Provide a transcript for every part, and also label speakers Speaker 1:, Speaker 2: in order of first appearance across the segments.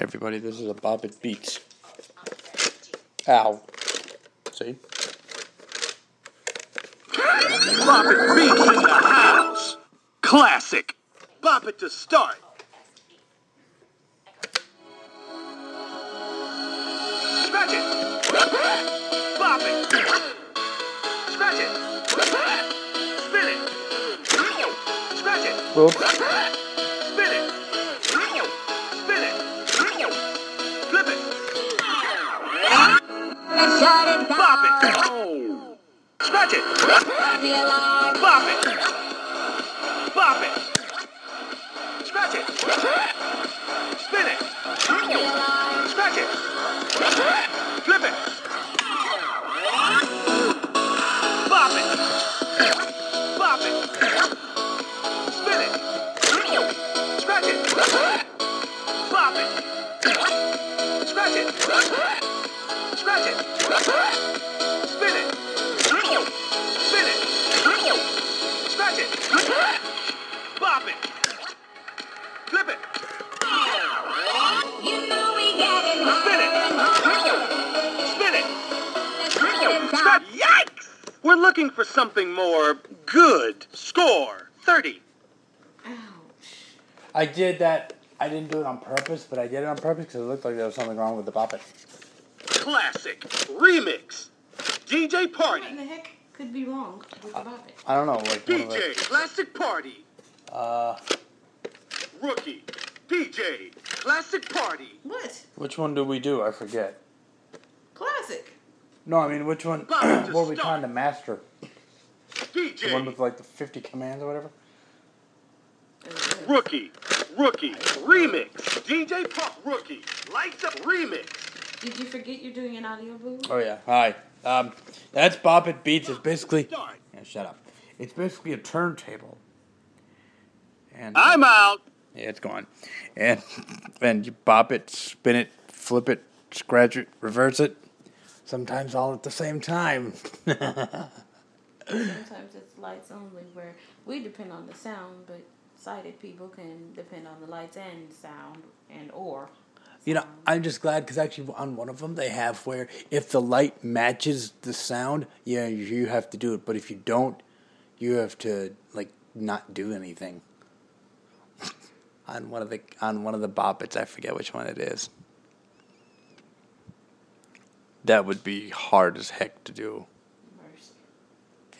Speaker 1: Everybody, this is a Bobbit Beats. Ow. See?
Speaker 2: Bop it beats in the house. Classic. Bop it to start. Scratch it. Bop it. Scratch it. Spin it. Scratch it.
Speaker 1: Whoop.
Speaker 2: Spin it. Spin it. Flip it.
Speaker 3: Shut it down.
Speaker 2: Bop it. Scratch it.
Speaker 3: The alarm.
Speaker 2: Bop it! Bop it! Scratch it! Spin it!
Speaker 3: The alarm.
Speaker 2: Scratch it! Flip it! Bop it! Bop it! Spin it! Scratch it! Bop it! Scratch it! Scratch it! Spin it! Spin it! Scratch it! Bop it! Flip it!
Speaker 3: You know we get it.
Speaker 2: Spin it! Spin it! Scratch- Yikes! We're looking for something more good. Score 30.
Speaker 1: I did that. I didn't do it on purpose, but I did it on purpose because it looked like there was something wrong with the Bobbit.
Speaker 2: Classic. Remix. DJ
Speaker 4: What in
Speaker 2: Party.
Speaker 4: the heck could be wrong with the Bobbit?
Speaker 1: I don't know, like one of
Speaker 2: DJ.
Speaker 1: the,
Speaker 2: Classic Party.
Speaker 1: uh,
Speaker 2: Rookie. DJ. Classic Party.
Speaker 4: What?
Speaker 1: which one do we do? I forget.
Speaker 4: Classic.
Speaker 1: No, I mean which one? what
Speaker 2: Bobbit to
Speaker 1: were we
Speaker 2: start.
Speaker 1: trying to master? The one
Speaker 2: DJ.
Speaker 1: with like the fifty commands or whatever.
Speaker 2: Rookie. Rookie. Remix. DJ Pop. Rookie. Lights up. Remix.
Speaker 4: Did you forget you're doing an audio boom?
Speaker 1: Oh yeah. Hi. Um, that's Bobbit Beats. It's basically.
Speaker 2: Start.
Speaker 1: Yeah, shut up. It's basically a turntable. And
Speaker 2: I'm out.
Speaker 1: Yeah, it's gone. And and you bop it, spin it, flip it, scratch it, reverse it. Sometimes all at the same time.
Speaker 4: Sometimes it's lights only, where we depend on the sound, but sighted people can depend on the lights and sound and or.
Speaker 1: You know, I'm just glad because actually on one of them they have where if the light matches the sound, yeah, you- you have to do it. But if you don't, you have to like not do anything. on one of the on one of the boppets, I forget which one it is. That would be hard as heck to do.
Speaker 4: Mercy.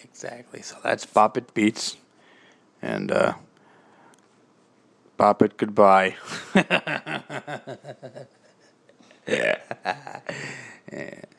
Speaker 1: Exactly. So that's Bop It Beats. And uh, Bop It Goodbye. yeah.